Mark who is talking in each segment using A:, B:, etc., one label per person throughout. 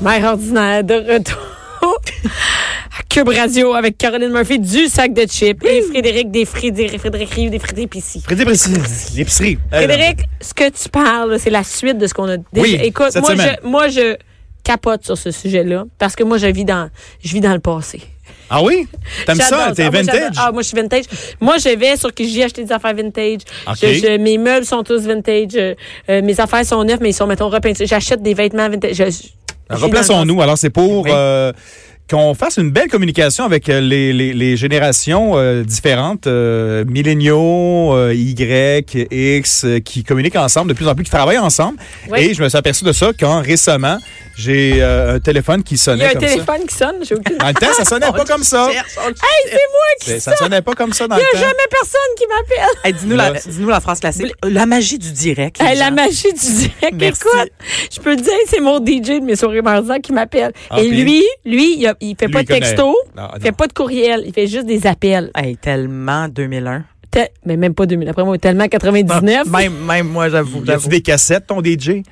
A: Mère ordinaire de retour à Cube Radio avec Caroline Murphy du sac de chips et Frédéric des Frédéric, Frédéric Rioux des Frédéric Pissy.
B: Frédéric Précis, l'épicerie.
A: Frédéric, ce que tu parles, là, c'est la suite de ce qu'on a déjà.
B: Oui,
A: Écoute,
B: cette
A: moi
B: semaine.
A: je, moi, je capote sur ce sujet-là parce que moi, je vis dans, je vis dans le passé.
B: Ah oui? T'aimes ça?
A: J'adore
B: T'es
A: Ah, moi,
B: vintage?
A: j'adore. Ah, moi, je suis vintage. Moi, je vais sur qui j'ai acheté des affaires vintage.
B: Ok.
A: Je- je- mes meubles sont tous vintage. Euh, euh, mes affaires sont neuves, mais ils sont, mettons, repeintés. J'achète des vêtements vintage. Je- je- j'ai dans le
B: Replaçons-nous. Ah, Alors, c'est pour
A: Oui.
B: euh, qu'on fasse une belle communication avec euh, les, les- les générations euh, différentes, euh, milléniaux, euh, Y, X, euh, qui communiquent ensemble de plus en plus, qui travaillent ensemble.
A: Oui.
B: Et je me suis aperçu de ça quand récemment, j'ai euh, un téléphone qui
A: passé. Il y
B: sonnait
A: a un
B: comme ça.
A: téléphone qui sonne, j'ai aucune
B: Dans le temps, ça sonnait pas comme ça.
C: Ah.
A: Hey, c'est moi qui
B: C'est- Ça sonnait pas comme ça hein? dans
A: Il n'y a
B: le temps.
A: jamais personne qui m'appelle.
C: Hey, dis-nous,
B: Là,
C: la, dis-nous la phrase classique. La magie du direct. les
A: Hey, la
C: gens.
A: magie du direct.
C: Merci.
A: Écoute, je peux te dire, c'est mon DJ de mes soirées mardisans qui m'appelle.
B: Ah,
A: Et
B: puis?
A: lui, lui, il, a- il fait
B: Lui,
A: pas
B: il
A: de texto,
B: connaît. Ah,
A: il fait
B: non.
A: pas de courriel, il fait juste des appels.
C: Hey, tellement 2001.
A: Te- mais même pas 2000. Après moi, tellement 99.
B: Ah,
C: Même, même moi, j'avoue.
B: Y a-tu
C: j'avoue.
B: des cassettes, ton DJ?
A: oui,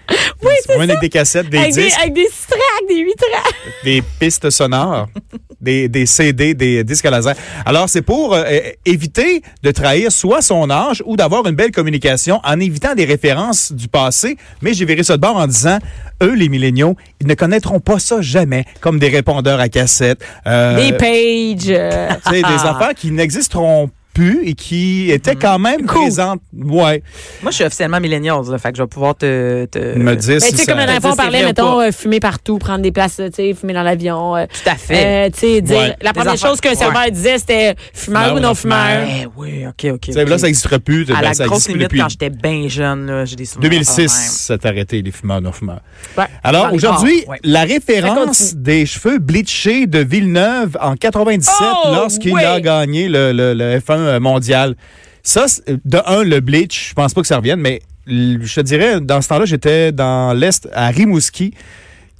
A: c'est
B: Moi,
A: ça.
B: avec des cassettes, des
A: avec, des,
B: disques.
A: avec des six tracks, des huit tracks.
B: des pistes sonores, des, des CD, des disques à laser. Alors, c'est pour euh, euh, éviter de trahir soit son âge ou d'avoir une belle communication en évitant des références du passé. Mais j'ai viré ça de bord en disant, eux, les milléniaux, ils ne connaîtront pas ça jamais, comme des répondeurs à cassette. euh,
A: Des pages. euh,
B: tu sais, des affaires qui n'existeront plus et qui étaient
C: Mm-hmm.
B: quand même
A: Cool.
B: présentes. Ouais.
C: Moi, je suis officiellement millennial, là, fait que je vais pouvoir te. te-
B: me dire
A: ben,
B: si
A: tu sais,
B: ça-
A: comme un
C: ça
A: enfant
C: dit, c'est
A: parlait,
C: vrai ou
A: mettons,
C: pas.
A: euh, fumer partout, prendre des places, tu sais, fumer dans l'avion. euh,
C: Tout à fait.
A: euh, tu sais, dire-
B: Ouais.
A: La première
C: affaires-
A: chose qu'un
C: ouais.
A: serveur disait, c'était fumeur
B: Fumeur
A: ou
B: ou
A: non
B: non fumeur.
A: fumeur.
C: Eh oui, OK, OK.
B: Tu sais,
C: ok.
B: Là, ça n'existera plus.
C: à
B: ben,
C: la
B: ça
C: grosse
B: existe plus
C: limite,
B: depuis
C: quand j'étais bien jeune, là, j'ai des souvenirs. quand
B: 2006,
C: même.
B: ça t'arrêtait, les fumeurs non-fumeurs.
A: Ouais.
C: Dans
B: Alors,
C: les
B: aujourd'hui,
C: bars, ouais.
B: la
A: Ça continue.
B: référence des cheveux bleachés de Villeneuve en 97
A: Oh,
B: lorsqu'il
A: oui.
B: a gagné le, le- le F1 mondial. Ça, c'est- de un, le bleach, je pense pas que ça revienne, mais l- je te dirais, dans ce temps-là, j'étais dans l'Est, à Rimouski.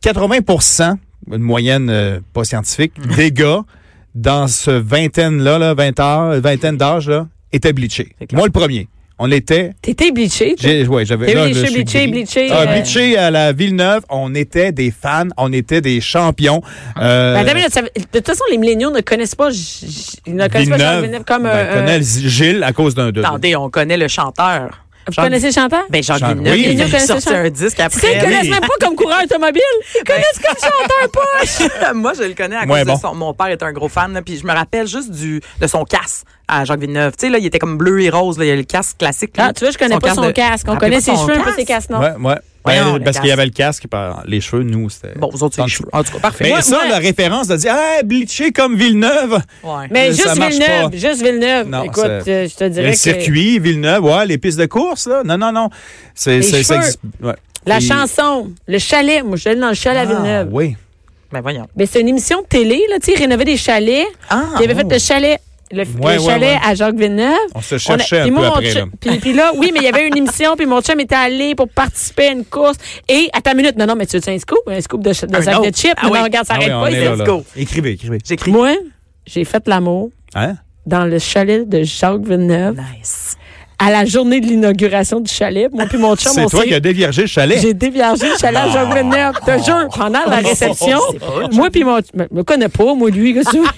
B: 80 une moyenne euh, pas scientifique, des gars dans ce vingtaine-là, là, 20 heures, vingtaine d'âge, là, étaient bleachés.
C: C'est clair.
B: Moi, le premier. On était
A: T'étais bleaché, toi.
B: j'ai- ouais, j'avais.
A: T'as eu
B: là,
A: les
B: là,
A: cheveux
B: Ben je suis
A: bleachés,
B: gris.
A: bleachés,
B: Ah,
A: euh,
B: bleachés à la Villeneuve, on était des fans, on était des champions. Euh,
A: Ben, attends une minute, ça- de toute façon, les milléniaux ne connaissent pas, J- J- ils ne connaissent pas Jean Villeneuve comme.
B: ben,
A: euh,
B: connaît
A: euh,
B: Gilles à cause d'un. de-
C: Attendez, on connaît le chanteur.
A: vous connaissez le chanteur?
C: Ben, Jean
B: Jean-
C: Villeneuve,
B: oui.
C: il
A: Villeneuve
C: a
A: connaissait
C: sorti
A: le
C: un disque
A: tu sais, ils
C: après.
A: ne connaissent même pas comme coureur automobile. Ils connaissent comme chanteur poche.
C: Moi, je le connais à
B: Ouais,
C: cause
B: bon.
C: de son. Mon père est un gros fan, là, puis je me rappelle juste du de son casque à Jacques Villeneuve. Tu sais, là, il était comme bleu et rose, là, il y a le casque classique. là.
A: Ah, tu vois, je connais pas son
C: de-
A: casque. On
C: Rappelez
A: connaît
C: pas
A: ses
C: son
A: cheveux, pas
C: casque?
A: ses casques, non?
B: Ouais, ouais. Ben,
C: Voyons, le
B: parce qu'il y
C: casque.
B: avait le casque, par- les cheveux, nous, c'était.
C: Bon, vous autres, c'est les
B: Tant-
C: cheveux. En tout cas, parfait.
B: Mais
C: Moi-
B: ça,
A: ouais.
B: la référence de dire, ah, bleaché comme Villeneuve.
C: Ouais.
A: Mais
B: Euh, Ça
A: juste
B: marche
A: Villeneuve,
B: pas.
A: juste Villeneuve.
B: Non,
A: Écoute,
B: c'est-
A: euh, je te
B: Le
A: dirais que.
B: circuit, Villeneuve, ouais, les pistes de course, là. Non, non, non. C'est,
A: Les
B: c'est- ça
A: cheveux.
B: existe- ouais.
A: La
B: Et-
A: chanson, le chalet. Moi, je suis allée dans le chalet à
B: Ah,
A: Villeneuve.
B: oui.
C: Ben, voyons.
A: Ben, c'est une émission de télé, là, tu sais, rénover des chalets.
C: Ah,
A: Il avait fait le chalet. Le,
B: Ouais,
A: le
B: ouais,
A: chalet
B: ouais.
A: à Jacques Villeneuve.
B: On
A: On
B: se
A: a-
B: cherchait
A: puis
B: un peu
A: moi, mon
B: après, là.
A: chum- Puis, puis là, oui, mais il y avait une émission, puis mon chum était allé pour participer à une course. Et, attends une minute, non, non, mais tu veux un scoop? Un scoop de, ch- de
C: Un
A: sac de
C: autre.
A: chips?
C: Ah
A: non,
C: oui.
A: non, regarde, ça
B: Ah oui,
A: arrête
B: on
A: pas.
B: est
A: il
B: là,
A: dit-
B: là.
C: go.
B: Écrivez, écrivez.
C: j'écris.
A: Moi, j'ai fait l'amour
B: Hein?
A: dans le chalet de Jacques Villeneuve
C: Nice.
A: à la journée de l'inauguration du chalet. Moi puis mon chum,
B: C'est
A: on
B: toi
A: s'est-
B: qui as déviergé le chalet.
A: J'ai déviagé le chalet à Jacques Villeneuve. Te jure, pendant la réception, moi puis mon... Je me connais pas, moi, lui. qu'est-ce que tu veux?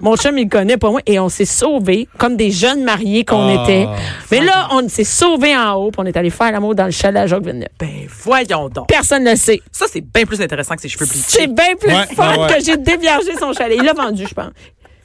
A: mon chum, il le connaît pas moi. Et on s'est sauvés comme des jeunes mariés qu'on
B: Ah.
A: était. Mais là, on s'est sauvés en haut puis on est allé faire l'amour dans le chalet à Jacques Villeneuve.
C: Ben, voyons donc.
A: Personne ne le sait.
C: Ça, c'est bien plus intéressant que ses cheveux bleachés.
A: C'est bien plus
B: Ouais,
A: fort
B: ouais, ouais.
A: que j'ai déviagé son chalet. Il l'a vendu, je pense.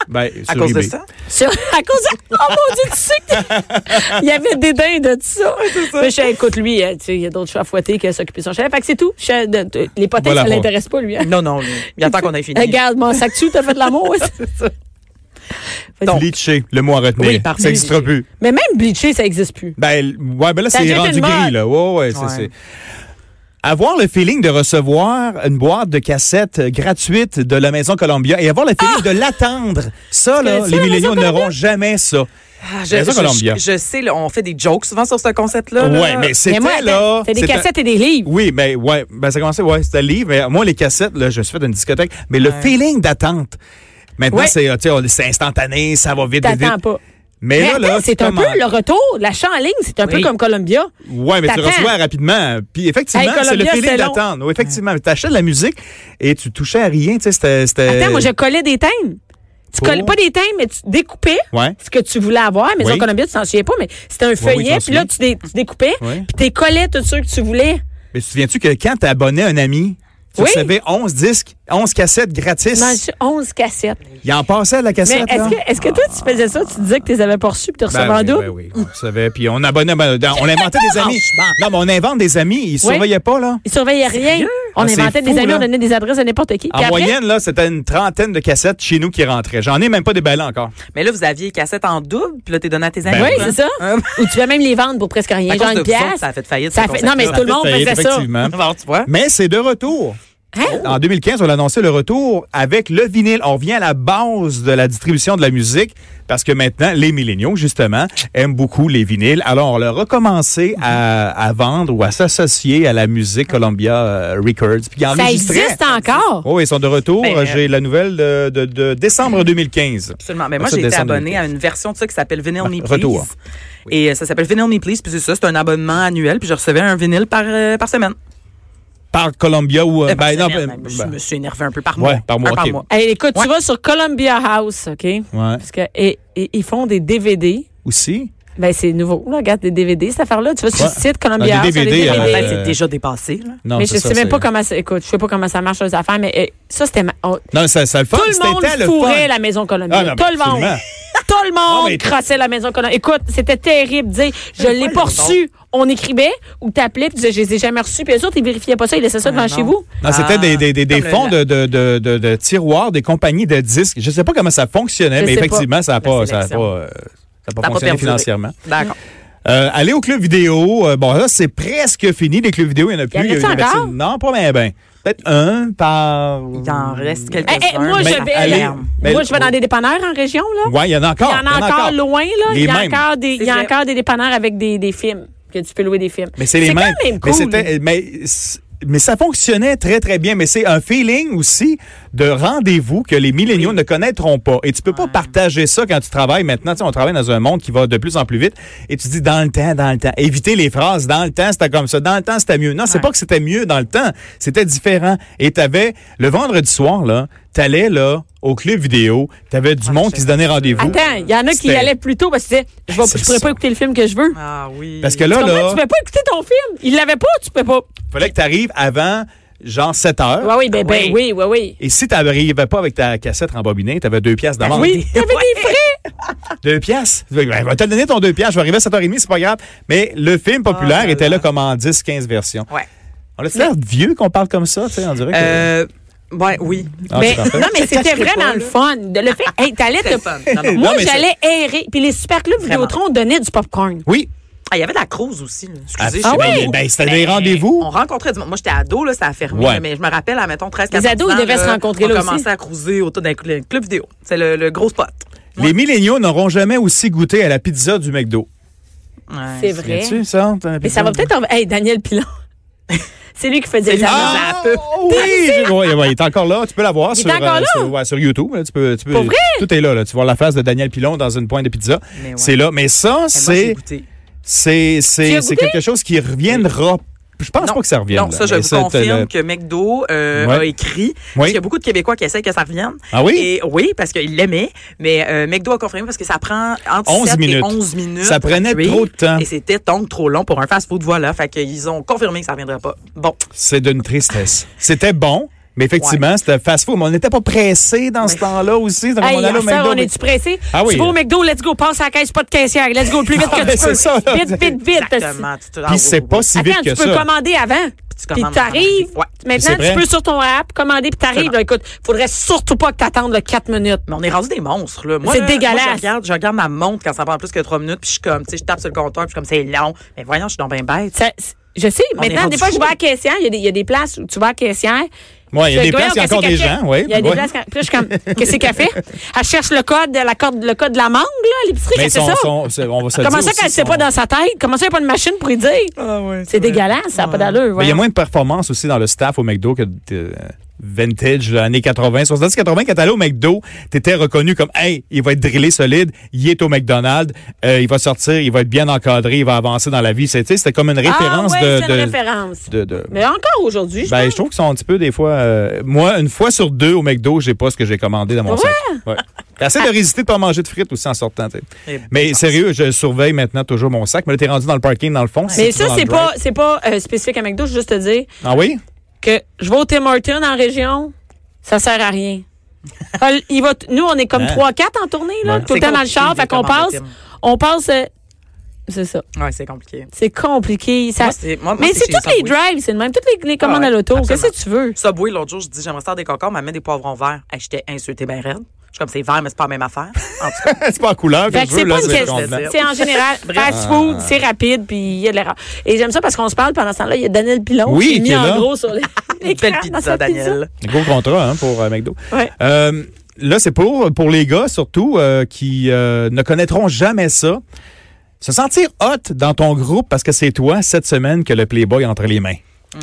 B: Ben,
C: À
B: sur
C: cause de
B: eBay.
C: ça?
A: Sur- à cause de... Oh mon Dieu, tu sais que t'es- Il y avait des dindes de tout ça. Mais je suis, écoute, lui, euh, tu sais, il y a d'autres choses à fouetter que s'occuper de son chalet. Fait que c'est tout. Je suis, euh, de- de- les potins,
B: Voilà,
A: ça
B: bon.
A: l'intéresse pas, lui. hein.
C: Non, non, il attend qu'on ait fini.
A: Regarde, mon sac tu t'as fait de l'amour.
C: Donc,
B: Bleaché, le mot à retenir.
C: Oui, parfait.
B: ça n'existera plus.
A: Mais même bleacher, ça n'existe plus.
B: Ben, l- ouais, ben là,
A: Ça a
B: c'est
A: jeté
B: rendu
A: le mort.
B: gris, là. Ouais, ouais, c'est-
C: Ouais.
B: c'est. avoir le feeling de recevoir une boîte de cassettes gratuite de la Maison Columbia et avoir le feeling de l'attendre, Ah! ça, là,
C: connais ça,
B: les
C: la
B: milléniaux
C: Maison
B: n'auront jamais ça.
C: Ah, je,
B: Maison
C: je-
B: Columbia.
C: je- je sais, là, on fait des jokes souvent sur ce concept-là. là.
B: Ouais, mais c'était
A: Mais moi,
B: là.
A: attends, t'as des
B: c'était-
A: cassettes et des livres.
B: Oui, mais ouais, ben ça commençait, ouais, c'était le livre. Mais moi, les cassettes, là, je me suis fait une discothèque. Mais le feeling d'attente. Maintenant,
A: Ouais.
B: c'est, euh, tu sais, on- c'est instantané, ça va vite, vite,
A: T'attends
B: vite.
A: pas.
B: Mais,
A: Mais
B: là, là,
A: attends, c'est un peu
B: comment-
A: le retour, l'achat en ligne, c'est un peu
C: Oui.
A: comme Columbia.
B: Ouais, mais tu
A: T'attends.
B: reçois rapidement. Puis effectivement,
A: Hey,
B: c'est le
A: Columbia,
B: feeling
A: c'est long.
B: d'attendre. Oui, effectivement, tu achètes de la musique et tu touchais à rien, tu sais, c'était c'était-
A: Attends, moi, je collais des thèmes. Tu
B: Pour-
A: collais pas des thèmes, mais tu découpais
B: Oh. Ouais.
A: ce que tu voulais avoir. Mais
B: Oui.
A: en Columbia, tu t'en souviens pas, mais c'était un
B: oui, je
A: feuillet,
B: m'en
A: puis là, tu, dé- tu découpais,
B: Oui.
A: puis tu collais tout ceux que tu voulais.
B: Mais tu te souviens-tu que quand tu abonnais un ami, tu
A: Oui.
B: recevais 11 disques, 11 cassettes gratis.
A: J'en ai reçu 11 cassettes.
B: Il en passait la
A: Mais
B: cassette. là.
A: est-ce que, est-ce que toi, tu faisais ça, tu disais que tu les avais pas reçus, puis tu
B: Ben
A: recevais en
B: oui,
A: double?
B: ben oui, on le savait. Puis on abonnait, ben, on inventait des amis.
A: Ah,
B: Non, mais on invente des amis. Ils surveillaient pas, là.
A: Ils surveillaient rien. On
B: Ah, c'est
A: inventait
B: fou,
A: des amis,
B: là.
A: on donnait des adresses à n'importe qui. Puis
B: En
A: après,
B: moyenne, là, c'était une trentaine de cassettes chez nous qui rentraient. J'en ai même pas déballé encore.
C: Mais là, vous aviez cassette en double, puis là, t'es donné à tes
B: Ben
C: amis.
A: oui,
C: hein?
A: c'est ça.
C: Hein?
A: Ou tu vas même les vendre pour presque rien.
C: À
A: Genre
C: cause de
A: une
C: vous autres,
A: pièce.
C: ça a fait faillite,
A: Ça
C: ce
A: a fait- Non, mais
C: concept-là.
A: tout le monde
B: Faillite,
A: faisait ça.
B: effectivement.
C: Alors, tu vois.
B: Mais c'est de retour.
A: Hein?
B: En 2015, on a annoncé le retour avec le vinyle. On revient à la base de la distribution de la musique parce que maintenant, les milléniaux, justement, aiment beaucoup les vinyles. Alors, on leur a commencé à, à vendre ou à s'associer à la musique Columbia euh, Records. Puis ils
A: Ça
B: enregistraient.
A: existe encore.
B: Oui, Oh, ils sont de retour.
C: Ben, euh,
B: J'ai la nouvelle de, de- de décembre 2015.
C: Absolument. Mais moi,
B: Ça,
C: j'ai été
B: descend de
C: abonné
B: l'unité.
C: à une version de ça qui s'appelle Vinyl Me Please.
B: Retour.
C: Et euh, ça s'appelle Vinyl Me Please, puis c'est ça, c'est un abonnement annuel, puis je recevais un vinyle par, euh, par semaine.
B: Par Columbia ou... euh,
C: Euh, par
B: ben, non,
C: semaine,
B: ben,
C: même. je
B: ben,
C: me suis énervé un peu par mois.
B: Ouais, par mois,
C: Un
B: ok.
A: Hey, écoute,
C: Ouais.
A: tu vas sur Columbia House, OK?
B: ouais.
A: Parce que et, et- ils font des DVD.
B: Aussi.
A: Ben, c'est nouveau. Là, regarde, des DVD, cette affaire-là. Tu vas sur
B: Ouais.
A: le site
B: Des
A: Columbia House.
B: DVD,
A: il y a
C: Mais
A: des
C: en fait,
B: Euh,
C: ben, c'est déjà dépassé. Là.
B: Non,
A: mais
B: c'est
A: je
B: ça,
A: sais même
B: c'est-
A: pas comment ça. Écoute, je sais pas comment ça marche les affaires, mais euh, ça, c'était. ma- on-
B: Non, ça, ça le fun.
A: tout le
B: C'était
A: monde
B: tant le
A: fourrait
B: fun.
A: la maison Columbia.
B: Ah, non, ben,
A: tout le monde.
B: absolument.
A: Tout le monde
B: mais-
A: crassait la maison Columbia. Écoute, c'était terrible. de Dire, je l'ai pas reçu. On écrivait ou t'appelais puis tu disais, je les ai jamais reçus. Puis les autres, ils vérifiaient pas ça. Ils laissaient ça devant
C: Ah,
A: chez
C: non.
A: vous.
B: Non, c'était
C: Ah,
B: des, des, des, des
C: comme
B: fonds de,
C: le-
B: de, de, de, de tiroirs, des compagnies de disques. Je sais pas comment ça fonctionnait,
A: Je
B: mais
A: sais pas.
B: effectivement, ça n'a pas, ça a pas,
C: sélection.
B: euh, ça a pas
C: Ça a pas
B: fonctionné
C: perduré.
B: financièrement.
C: D'accord.
B: Euh, aller au club vidéo, euh, bon, là, c'est presque fini. Les clubs vidéo, il n'y en a plus.
A: en
B: Il y a
A: a-t-il
B: une
A: encore?
B: médecine- Non, pas bien, ben. Peut-être un par...
C: Il en reste
A: Eh,
C: quelques-uns.
A: eh, moi,
B: Mais
A: je vais,
B: allez,
A: là,
B: mais- oh.
A: moi, je vais dans des dépanneurs en région, là.
B: Ouais, il y en a encore.
A: Il y en a encore loin, là.
B: Les
A: Il y a
B: mêmes.
A: encore des, il y a
C: C'est vrai.
A: encore des dépanneurs avec des, des films, que tu peux louer des films.
B: Mais c'est les
A: quand
B: mêmes.
A: même
B: mais,
A: cool.
B: c'était- eh, mais, c- mais ça fonctionnait très, très bien. Mais c'est un feeling aussi de rendez-vous que les milléniaux ne connaîtront pas. Et tu peux pas partager ça quand tu travailles maintenant. Tu sais, on travaille dans un monde qui va de plus en plus vite. Et tu dis dans le temps, dans le temps. Éviter les phrases dans le temps, c'était comme ça. Dans le temps, c'était mieux. Non, c'est pas que c'était mieux dans le temps. C'était différent. Et t'avais, le vendredi soir, là, t'allais, là, au club vidéo. T'avais du monde qui se donnait rendez-vous.
A: Ah, Attends, il y en a qui y
B: C'était- Ah,
A: allaient plus tôt parce qu'ils disaient, je vais-
B: C'est
A: je pourrais
B: ça.
A: pas écouter le film que je veux.
C: Ah oui.
B: Parce que là,
A: Comment
B: là,
A: tu peux pas écouter ton film? Il l'avait pas, tu peux pas.
B: fallait que t'arrives avant, genre, 7 heures.
A: Ouais, oui, ben,
C: Ah
A: ben, oui, oui, oui.
B: Et si tu n'arrivais pas avec ta cassette rembobinée, tu avais deux piastres d'amende.
C: Ben
A: Oui, il y avait
B: eh,
A: des frais.
B: Deux piastres. Ben, ben, va te donner ton deux piastres. Je vais arriver à 7h30, c'est pas grave. Mais le film populaire
C: Ah, là,
B: était là
C: là.
B: comme en 10, 15 versions.
C: Ouais.
B: On a l'air vieux qu'on parle comme ça, tu sais, on dirait que...
C: Euh, ouais, oui.
B: Ah,
A: Mais-
B: c'est parfait.
A: non, mais c'était
C: cacherai
A: vraiment
C: pas,
A: le
C: là.
A: fun. De le fait, hey, t'allais te-
C: C'était le fun. Non, non.
A: Moi,
B: mais c'est-
A: j'allais errer. Puis les super clubs
C: Vraiment.
A: Vidéotron donnaient du popcorn.
B: Oui.
C: Ah, il y avait de la crouse aussi. là. Excusez,
A: Ah
C: je sais
A: oui?
C: pas
B: Ben,
C: où.
B: ben, c'était
C: Mais
B: des rendez-vous.
C: On rencontrait du monde. Moi, j'étais ado, là, ça a fermé.
B: Ouais.
C: là, Mais je me rappelle, à mettons 13
A: Les
C: 14
A: ados, ils
C: ans,
A: devaient se rencontrer là
C: On
A: aussi.
C: commençait à cruiser autour d'un cl- club vidéo. C'est le, le gros spot.
B: Les milléniaux n'auront jamais aussi goûté à la pizza du McDo.
C: Ouais.
A: C'est vrai.
B: Viens-tu, ça?
A: Mais ça va peut-être. en- Hey, Daniel Pilon. C'est lui qui faisait les annonces.
B: Ah, oui! je- ouais, ouais, il est encore là. Tu peux la voir
A: Il est
B: sur, euh,
A: encore là?
B: sur, ouais, sur YouTube. là. Tu peux, tu peux-
A: Pour vrai?
B: Tout est là, là. Tu vois la face de Daniel Pilon dans une pointe de pizza.
C: Mais ouais.
B: C'est là. Mais ça,
C: Moi, j'ai
B: c'est...
C: goûté.
B: C'est,
A: Tu as
B: c'est,
A: goûté?
B: c'est quelque chose qui reviendra. Je pense
C: Non.
B: pas que ça revienne.
C: Non, ça,
B: là,
C: je
B: mais
C: vous
B: c'est,
C: confirme
B: euh,
C: que McDo euh,
B: Ouais.
C: a écrit.
B: Oui.
C: Parce qu'il y a beaucoup de Québécois qui essaient que ça revienne.
B: Ah oui?
C: Et, oui, parce qu'ils l'aimaient. Mais euh, McDo a confirmé parce que ça prend entre
B: 11
C: 7
B: minutes.
C: et 11 minutes.
B: Ça prenait
C: à cuire.
B: trop de temps.
C: Et c'était donc trop long pour un fast-food, voilà. Fait qu'ils ont confirmé que ça ne reviendrait pas. Bon.
B: c'est d'une tristesse. C'était bon, mais effectivement, c'était fast-food. Mais on n'était pas pressé dans ce
C: Mais-
B: temps-là aussi. C'est comme
A: Hey,
B: on allait au
A: à ça,
B: McDo,
A: on
B: mais-
A: est-tu pressé?
B: Ah oui.
A: Tu vas au McDo, let's go, passe à la caisse, pas de caissière. Let's go, le plus vite
B: Ah,
A: que
B: ben,
A: tu
B: c'est
A: peux.
B: ça, là.
A: Vite, vite, vite.
C: Exactement. Tu te
B: Puis c'est pas si vite
A: Attends,
B: que
A: tu peux
B: ça.
A: commander avant.
C: tu
A: Puis
C: commandes
A: t'arrives.
C: avant. Ouais.
B: C'est
A: Maintenant,
B: vrai.
A: tu peux sur ton app commander puis t'arrives. Là, Écoute, faudrait surtout pas que t'attendes le 4 minutes.
C: Mais on est rendu des monstres, là. Moi,
A: C'est
C: là,
A: dégueulasse.
C: moi, je, regarde, je regarde ma montre quand ça prend plus que trois minutes, puis je suis comme, tu sais, je tape sur le compteur, puis je suis comme, c'est long. Mais voyons, je suis donc bien bête.
A: Ça- c'est- Je sais,
C: On est
A: maintenant,
C: rendu
A: des fois, je
C: fou.
A: vais à la caissière, il y, a des- il y a des places où tu vas à la caissière.
B: Ouais, il y a
A: Tu fais,
B: des places, il y a
A: Voyons,
B: encore des
A: qu'est-ce qu'elle
B: gens.
A: fait?
B: ouais,
A: Il y a des
B: ouais.
A: places. quand- Puis là, je suis comme, qu'est-ce qu'elle fait? Elle cherche le code, de la corde, le code de la mangue, là, à l'épicerie,
B: Mais
A: qu'est-ce que
B: son,
A: c'est ça?
B: son- c'est- on va se le
A: Comment
B: dire
A: ça qu'elle ne
B: aussi,
A: sait
B: son-
A: pas dans sa tête? Comment ça, il n'y a pas de machine pour lui dire?
B: Ah
A: C'est dégueulasse, ça n'a pas d'allure.
B: Mais il y a
A: voyons.
B: moins de performance aussi dans le staff au McDo que de euh, vintage, là, années 80. 70, 80, quand t'allais au McDo, t'étais reconnu comme, hey, il va être drillé solide, il est au McDonald's, euh, il va sortir, il va être bien encadré, il va avancer dans la vie. C'est- tu sais, C'était comme une référence
A: ah, ouais,
B: de-
A: c'est
B: de,
A: une référence.
B: de- de-
A: Mais encore aujourd'hui, je
B: Ben,
A: pense.
B: je trouve qu'ils sont un petit peu des fois. euh, moi, une fois sur deux au McDo, j'ai pas ce que j'ai commandé dans mon
A: Ouais.
B: sac. Ouais. Assez de résister de pas manger de frites aussi en sortant. tu sais.
C: Et
B: Mais sérieux, je surveille maintenant toujours mon sac. Mais là, t'es rendu dans le parking dans le fond.
A: Mais
B: toujours
A: ça,
B: dans
A: c'est
B: le
A: pas,
B: drive.
A: c'est pas euh, spécifique à McDo. Je veux juste te dire
B: Ah oui?
A: que je vais au Tim Hortons en région, ça sert à rien. Paul, Il va t- nous, on est comme
B: Hein?
A: 3-4 en tournée, là,
B: Ouais.
A: tout le
C: C'est
A: temps dans le
C: compliqué,
A: char. Fait qu'on
C: comment
A: passe,
C: le Tim.
A: on passe. euh, c'est ça.
C: Ouais, c'est compliqué.
A: C'est compliqué. Ça,
C: Moi, c'est- moi- moi,
A: mais
C: c'est
A: c'est
C: chez
A: toutes les
C: Subway.
A: drives, c'est le même. Toutes les, les commandes
C: Ah ouais,
A: à l'auto.
C: absolument.
A: Qu'est-ce que tu veux?
C: Subway, l'autre jour, je dis j'aimerais faire des concombres, elle met des poivrons verts. Ah, J'étais insultée bien raide. Je suis comme c'est vert, mais c'est pas la même affaire. En tout cas,
B: c'est pas en couleur que
A: Fait que
B: je
A: c'est
B: veux,
A: pas
B: là,
A: une
B: c'est
A: question.
B: convenant.
A: C'est en général fast food, c'est rapide, puis il y a de l'erreur. Et j'aime ça parce qu'on se parle pendant ce temps-là. Il y a Daniel Pilon
B: Oui,
A: qui est
B: qui
A: mis
B: est
A: en
B: là.
A: gros sur les.
C: une belle pizza, Daniel.
B: Gros contrat hein, pour euh, McDo.
A: Ouais.
B: Euh, là, c'est pour, pour les gars surtout euh, qui euh, ne connaîtront jamais ça. Se sentir hot dans ton groupe parce que c'est toi cette semaine que le Playboy a entre les mains.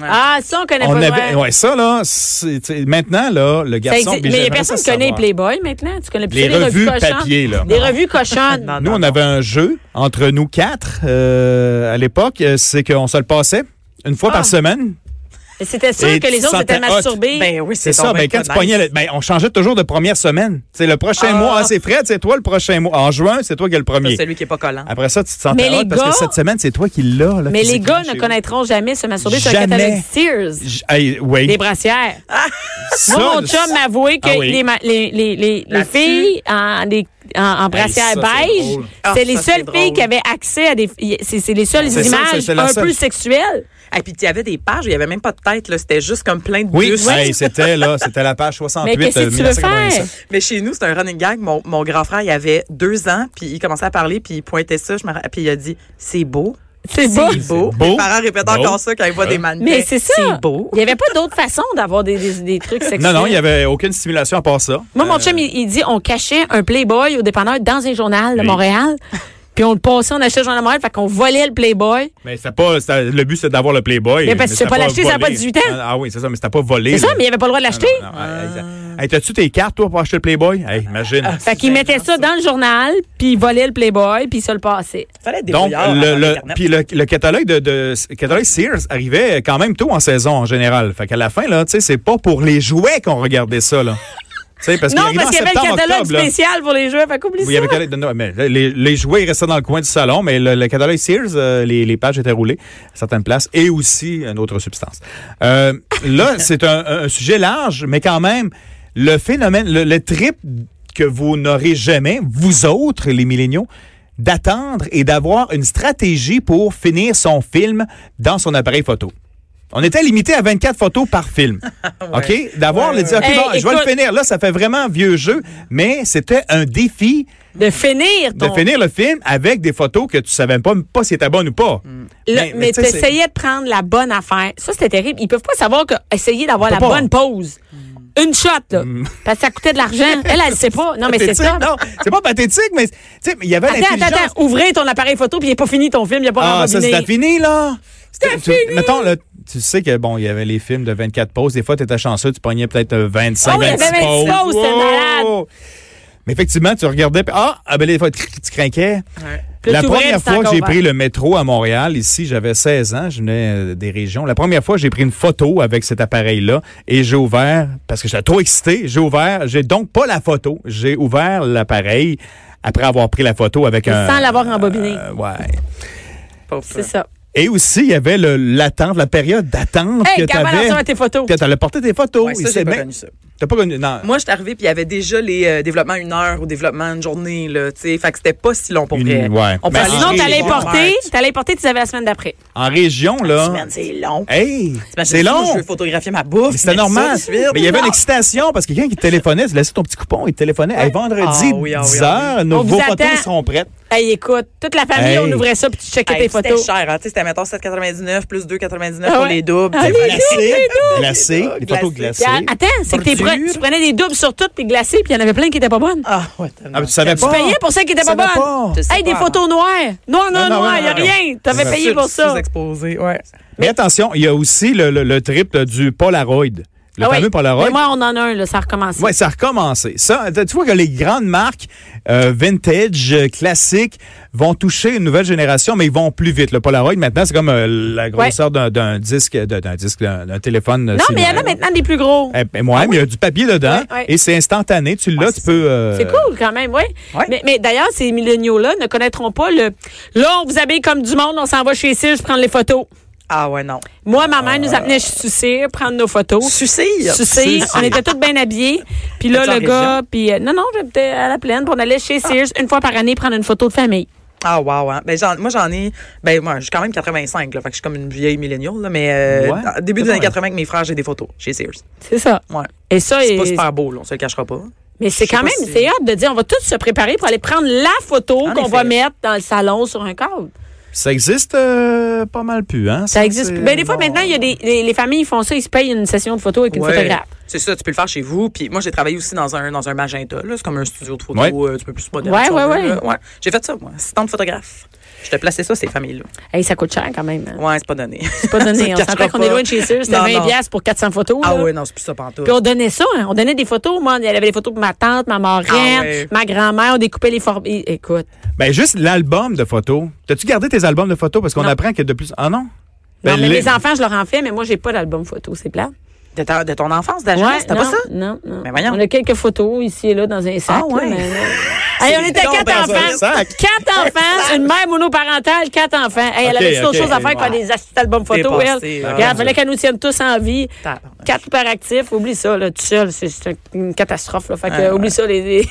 A: Ah, ça, on connaît
B: On
A: pas.
B: avait-
A: ouais.
B: ouais, ça, là, c'est- tu sais, maintenant, là, le
A: Ça
B: garçon.
A: existe- mais il
B: puis
A: y a
B: j'aimerais
A: personne
B: ça
A: qui connaît les
B: savoir.
A: Playboy maintenant. Tu connais plus
B: Les revues
A: cochonnes.
B: papier, là.
A: Des revues cochonnes.
C: Non,
B: Nous, on avait un jeu entre nous quatre euh, à l'époque. euh, C'est qu'on se le passait une fois
A: Ah.
B: par semaine.
A: Mais C'était sûr
B: Et
A: que
B: tu
A: les autres
B: sentais
A: étaient
B: hot.
A: masturbés.
C: Ben oui,
B: C'est
C: c'est
B: ça.
C: donc
B: Ben,
C: bien
B: quand
C: pas
B: tu pognais,
C: nice.
B: le- ben, on changeait toujours de première semaine. C'est le prochain mois. Ah, c'est Fred, c'est toi le prochain mois. En juin, c'est toi qui as le Ah. premier.
C: C'est celui qui est pas collant.
B: Après ça, tu te
A: Mais
B: sentais
A: les
B: hot parce
A: gars-
B: que cette semaine, c'est toi qui l'as. là,
A: mais
B: qui
A: les
B: s'écrit
A: gars
B: chez
A: ne
B: vous.
A: connaîtront jamais se masturber sur un
B: Jamais.
A: catalogue Sears.
B: J- hey,
A: Des
B: oui.
A: brassières.
B: Ça,
A: Moi, mon chum m'a avoué que
B: Ah oui.
A: les, ma- les, les, les, les
C: Là-dessus.
A: filles en, les- en, en brassière
B: ça, c'est
A: beige,
B: drôle.
C: Ah,
A: c'est les
C: ça, c'est
A: seules
C: drôle.
A: filles qui avaient accès à des. C'est c'est les seules
B: C'est ça, c'est-
A: images
B: c'est la
A: un
B: seule.
A: peu sexuelles.
C: Et puis, il y avait des pages, où il n'y avait même pas de tête, là. C'était juste comme plein de
B: Oui,
C: bus.
B: hey, c'était là, c'était la page
A: Mais
B: 68
A: qu'est-ce que
B: euh,
A: tu veux faire?
B: 1985.
C: Mais chez nous, c'est un running gag. Mon, mon grand frère, il avait deux ans, puis il commençait à parler, puis il pointait ça, je me rappelle, puis il a dit C'est beau.
A: C'est beau.
C: C'est beau.
B: beau.
C: Mes parents répètent
B: Beau.
C: encore ça quand ils voient des mannequins.
A: Mais c'est ça.
C: C'est beau.
A: Il n'y avait pas d'autre façon d'avoir des, des, des trucs sexuels.
B: Non, non, il n'y avait aucune stimulation à part ça.
A: Moi, mon chum, il, il dit on cachait un Playboy au dépanneur dans un journal de
B: Oui.
A: Montréal. Puis on le passait, on achetait le journal de Montréal, fait qu'on volait le Playboy.
B: Mais c'était pas. c'était- le but, c'était d'avoir le Playboy.
A: Mais parce que tu sais
B: c'était
A: pas l'acheter, ça a
B: volé.
A: pas 18 ans.
B: Ah, ah oui, c'est ça, mais c'était pas volé.
A: C'est ça,
B: là.
A: mais il avait pas le droit de l'acheter.
B: Ah, Non, non, hey, hey, hey, t'as-tu tes cartes, toi, pour acheter le Playboy? Hey, imagine.
A: Fait qu'il mettait ça dans le journal, puis il volait le Playboy, puis il se le passait.
C: Fallait être
B: Donc,
C: débrouillard
B: le,
C: avant
B: le-
C: l'Internet.
B: puis le, le catalogue de, de- catalogue Sears arrivait quand même tôt en saison, en général. Fait qu'à la fin, là, tu sais, c'est pas pour les jouets qu'on regardait ça, là. Tu sais, parce
A: non,
B: qu'il arrivait
A: parce
B: en
A: qu'il y avait le
B: septembre,
A: catalogue
B: octobre, là.
A: spécial pour les joueurs, fait qu'oublie
B: Oui, il y
A: ça.
B: avait catalogue- non, mais les, les jouets ils restaient dans le coin du salon, mais le, le catalogue Sears, euh, les, les pages étaient roulées à certaines places et aussi une autre substance. Euh, là, c'est un, un sujet large, mais quand même, le phénomène, le, le trip que vous n'aurez jamais, vous autres, les milléniaux, d'attendre et d'avoir une stratégie pour finir son film dans son appareil photo. On était limité à 24 photos par film. OK? D'avoir le dire, OK,
A: Hey,
B: bon, je vais
A: écoute.
B: le finir. Là, ça fait vraiment vieux jeu, mais c'était un défi
A: De finir
B: de
A: ton...
B: finir le film avec des photos que tu savais pas, pas si étaient bonnes ou pas.
A: le-
B: Mais- mais
A: Mm. mais
B: tu sais,
A: t'essayais de prendre la bonne affaire. Ça, c'était terrible. Ils peuvent pas savoir que essayer d'avoir
B: peut
A: la
B: pas.
A: bonne pause. Une shot, là. Parce que ça coûtait de l'argent. Elle, elle sait pas. Non, mais c'est
B: Pathétique,
A: ça.
B: Non, c'est pas pathétique, mais tu sais, mais il y avait
A: Attends, attends,
B: l'intelligence.
A: attends. Ouvrez ton appareil photo, puis il n'est pas fini ton film, il n'y a pas
B: Ah, ça,
A: rembobiné.
B: c'était fini, là.
A: C'était
B: Tu-
A: fini.
B: Mettons, là, tu sais que, bon, il y avait les films de 24 pauses. Des fois, tu étais chanceux, tu prenais peut-être euh, 25,
A: Ah oui, il y avait
B: 26
A: 26
B: pauses.
A: pauses, c'était malade.
B: Mais effectivement, tu regardais, puis ah, ah, ben, les fois, tu tu craquais.
C: Ouais.
A: Puis là,
B: La
A: tu ouvrais,
B: première
A: puis c'est
B: fois que j'ai
A: encore
B: pris
A: ouvert.
B: le métro à Montréal, ici, j'avais 16 ans, je venais euh, des régions. La première fois, j'ai pris une photo avec cet appareil-là et j'ai ouvert, parce que j'étais trop excité, j'ai ouvert, j'ai donc pas la photo, j'ai ouvert l'appareil après avoir pris la photo avec un...
A: Sans l'avoir rembobiné.
B: Euh, ouais.
C: Pauvre
A: C'est ça.
B: Et aussi, il y avait le- l'attente, la période d'attente
A: Hey,
B: que
A: garde
B: t'avais.
A: attention à tes photos.
B: Que t'allais porter tes photos.
C: Ouais, ça,
B: Il
C: j'ai
B: sait
C: pas
B: bien-
C: connu ça.
B: T'as pas connu, non.
C: Moi, je suis arrivée, puis il y avait déjà les euh, développements une heure ou développement une journée, là, tu sais. Fait que c'était pas si long pour
B: Une-
C: vrai.
B: ouais.
C: On
B: Mais
C: peut aller
A: Sinon,
C: chez
A: t'allais
C: les
A: porter,
C: Walmart.
A: t'allais porter, tu avais la semaine d'après.
B: En région, là.
C: Semaine, c'est long.
B: Hey,
C: T'imagines
B: c'est
C: ça,
B: long.
C: Je veux photographier ma bouffe.
B: Mais C'était
C: mettre ça
B: normal.
C: tout de suite.
B: Mais il y avait une
C: Non.
B: excitation parce que quelqu'un qui téléphonait, tu laissais ton petit coupon, il téléphonait. Hey, vendredi,
C: Ah oui, ah oui,
B: 10
C: ah
B: h
A: On
B: nos
A: vous
B: vos
A: attend.
B: photos seront prêtes.
A: Hey, écoute, toute la famille,
B: Hey.
A: on ouvrait ça puis tu checkais
C: Hey,
A: tes
C: puis
A: photos.
C: C'était cher, hein. Tu sais, c'était, mettons, 7,99 plus 2,99
A: Ah
C: pour
A: ouais.
C: les doubles.
A: Ah,
C: tu
A: les
C: sais, voilà.
B: Glacé,
A: doubles.
B: glacé, des photos glacées. Ah,
A: Puis, a- attends, c'est que t'es
C: Bordure.
A: pre- tu prenais des doubles sur toutes puis glacées, puis il y en avait plein qui étaient pas bonnes.
C: Ah, ouais, tellement.
B: Ah, mais tu savais
A: Tu
B: pas.
A: payais pour celles qui étaient pas
B: Ça va
A: bonnes.
B: pas.
C: Je sais
A: Hey, des
C: pas,
A: photos noires. Noir, non,
B: Non, non,
A: noir,
B: non,
A: il y a
B: non,
A: rien. T'avais
B: C'est
A: payé
C: Sur-
A: pour ça.
C: Sous-exposé, ouais.
B: Mais attention, il y a aussi le, le, le triple du Polaroid. Le
A: Ah oui.
B: fameux Polaroid.
A: Mais moi, on en a un, là, ça a recommencé.
B: Ouais, ça a recommencé. Ça, tu vois que les grandes marques euh, vintage, euh, classiques, vont toucher une nouvelle génération, mais ils vont plus vite. Le Polaroid, maintenant, c'est comme euh, la grosseur d'un- d'un disque, d'un d'un disque, d'un d'un téléphone. euh,
A: non, mais il y en a maintenant des plus gros.
B: moi, eh, il y a du papier dedans
A: Ah Ouais, ouais.
B: et c'est instantané. Tu l'as, tu peux. euh,
A: C'est cool quand même, oui.
C: Ouais.
A: Mais, mais d'ailleurs, ces milléniaux-là ne connaîtront pas le Là, on vous habille comme du monde, on s'en va chez Cire prendre les photos.
C: Ah, ouais, non.
A: Moi, ma mère
C: Ah.
A: nous amenait chez Cire prendre nos photos.
C: Sucille.
A: Sucé, on était tous bien habillés. Puis là,
C: T'es en
A: le gars, puis euh, non, non, j'étais à la plaine, puis on allait chez Sears une fois par année prendre une photo de famille.
C: Ah, wow, hein. Ben, j'en- moi, j'en ai. Ben, moi, je suis quand même 85, là. Fait que je suis comme une vieille milléniale, là. Mais, euh,
B: Ouais.
C: dans- début
B: C'est
C: des années
B: vrai.
C: 80, avec mes frères, j'ai des photos chez Sears.
A: C'est ça.
C: Ouais.
A: Et ça,
C: C'est
A: et-
C: pas super beau, là. On se le cachera pas.
A: mais c'est
C: je sais
A: quand
C: pas
A: même,
C: si-
A: c'est hâte de dire, on va tous se préparer pour aller prendre la photo
C: En
A: qu'on va
C: effet.
A: mettre dans le salon sur un cadre.
B: Ça existe euh, pas mal plus, hein?
A: Ça existe. plus. Ben, des fois,
B: non.
A: maintenant, il y a des, les, les familles font ça, ils se payent une session de photo avec une
C: Ouais.
A: photographe.
C: C'est ça, tu peux le faire chez vous. Puis moi, j'ai travaillé aussi dans un, dans un magenta. là. C'est comme un studio de photo.
B: Ouais.
C: euh, tu peux plus moderne.
A: Ouais,
C: si on
A: ouais,
C: veut,
A: ouais.
C: là. J'ai fait ça, moi. Assistant de photographe. Je te plaçais ça, ces familles-là.
A: Hey, ça coûte cher quand même. hein.
C: Ouais, c'est pas donné.
A: C'est pas donné. on
C: Ça cachera
A: s'entend qu'on est
C: pas.
A: loin de chez Sears. C'était
C: Non,
A: 20
C: non.
A: piastres pour 400 photos.
C: Ah
A: là.
C: ouais, non, c'est plus ça pantoute.
A: Puis on donnait ça, hein. on donnait des photos. Moi, elle avait des photos pour ma tante, ma marraine,
C: Ah ouais.
A: ma grand-mère. On découpait les formes. Et- Écoute,
B: Ben, juste l'album de photos. T'as-tu gardé tes albums de photos? Parce qu'on
A: Non.
B: apprend qu'il y a de plus. Ah non?
A: non,
B: Ben,
A: mais
B: les-
A: mes enfants, je leur en fais, mais moi, j'ai pas d'album photo, c'est plat.
C: De, ta- de ton enfance, de la jeunesse, t'as
A: non,
C: pas ça?
A: Non, non.
C: Mais voyons.
A: On a quelques photos ici et là dans un sac.
C: Ah
A: là,
C: ouais.
A: mais non. Hey, on était
C: donc
A: quatre
C: dans un
A: enfants.
B: sac.
A: Quatre enfants, une mère monoparentale, quatre enfants. Hey, elle
B: Ok,
A: avait
B: ok,
A: d'autres choses à
B: ok,
A: faire qu'à
B: ouais.
A: des astuces d'albums photo, elle.
C: Dépassé, là.
A: Regarde, fallait qu'elle nous tienne tous en vie.
C: Tabarnak.
A: Quatre par actif, oublie ça, là, tout seul, c'est c'est une catastrophe, là. Fait que,
C: Ouais, ouais.
A: oublie ça, les. les-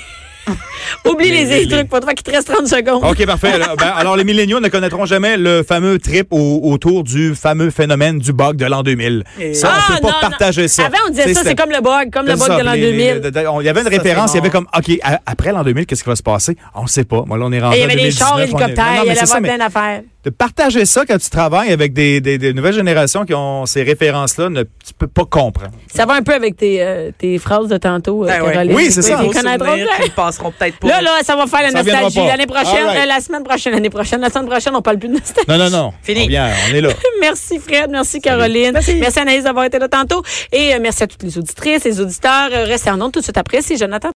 A: oublie les,
B: Les- les-
A: trucs, pas de fois qu'il te reste 30 secondes.
B: OK, parfait. Alors, ben, alors, les milléniaux ne connaîtront jamais le fameux trip au- autour du fameux phénomène du bug de l'an 2000.
C: Et-
B: Ça, on
A: Ah,
B: ne peut pas
A: non, non.
B: partager ça.
A: Avant, on disait
B: Tu sais,
A: ça, c'est
B: c'était-
A: comme le bug, comme le
B: C'est
A: bug
B: ça,
A: de l'an
B: les- les-
A: 2000.
B: de- de- on- Il y avait une référence, il y avait comme, OK, à- après l'an 2000, qu'est-ce qui va se passer? On ne sait pas. Moi, là, on est rendu
A: Il y avait
B: en
A: des chars
B: 2019, on est- Non, non,
A: hélicoptères, il y
B: mais
A: avait
B: c'est ça,
A: avoir
B: mais
A: plein d'affaires.
B: de partager ça quand tu travailles avec des, des- des nouvelles générations qui ont ces références-là, ne- tu peux pas comprendre.
A: Ça va un peu avec tes, euh, tes phrases de tantôt, euh,
C: Ben ouais.
A: Caroline.
B: Oui, c'est ça.
A: Ils
B: Vos
A: connaîtront
C: souvenirs
A: jamais.
C: qui passeront peut-être pas.
A: Là, là, ça va faire la
B: Ça reviendra
A: nostalgie.
B: pas.
A: L'année prochaine,
B: All right.
A: euh, la semaine prochaine, l'année prochaine, la semaine prochaine, on parle plus de nostalgie.
B: Non, non, non.
C: Fini.
B: On, vient, on est là.
A: Merci Fred, merci Caroline. Merci. Anaïs d'avoir été là tantôt. Et euh, merci à toutes les auditrices, les auditeurs. Euh, Restez en ondes tout de suite après. C'est Jonathan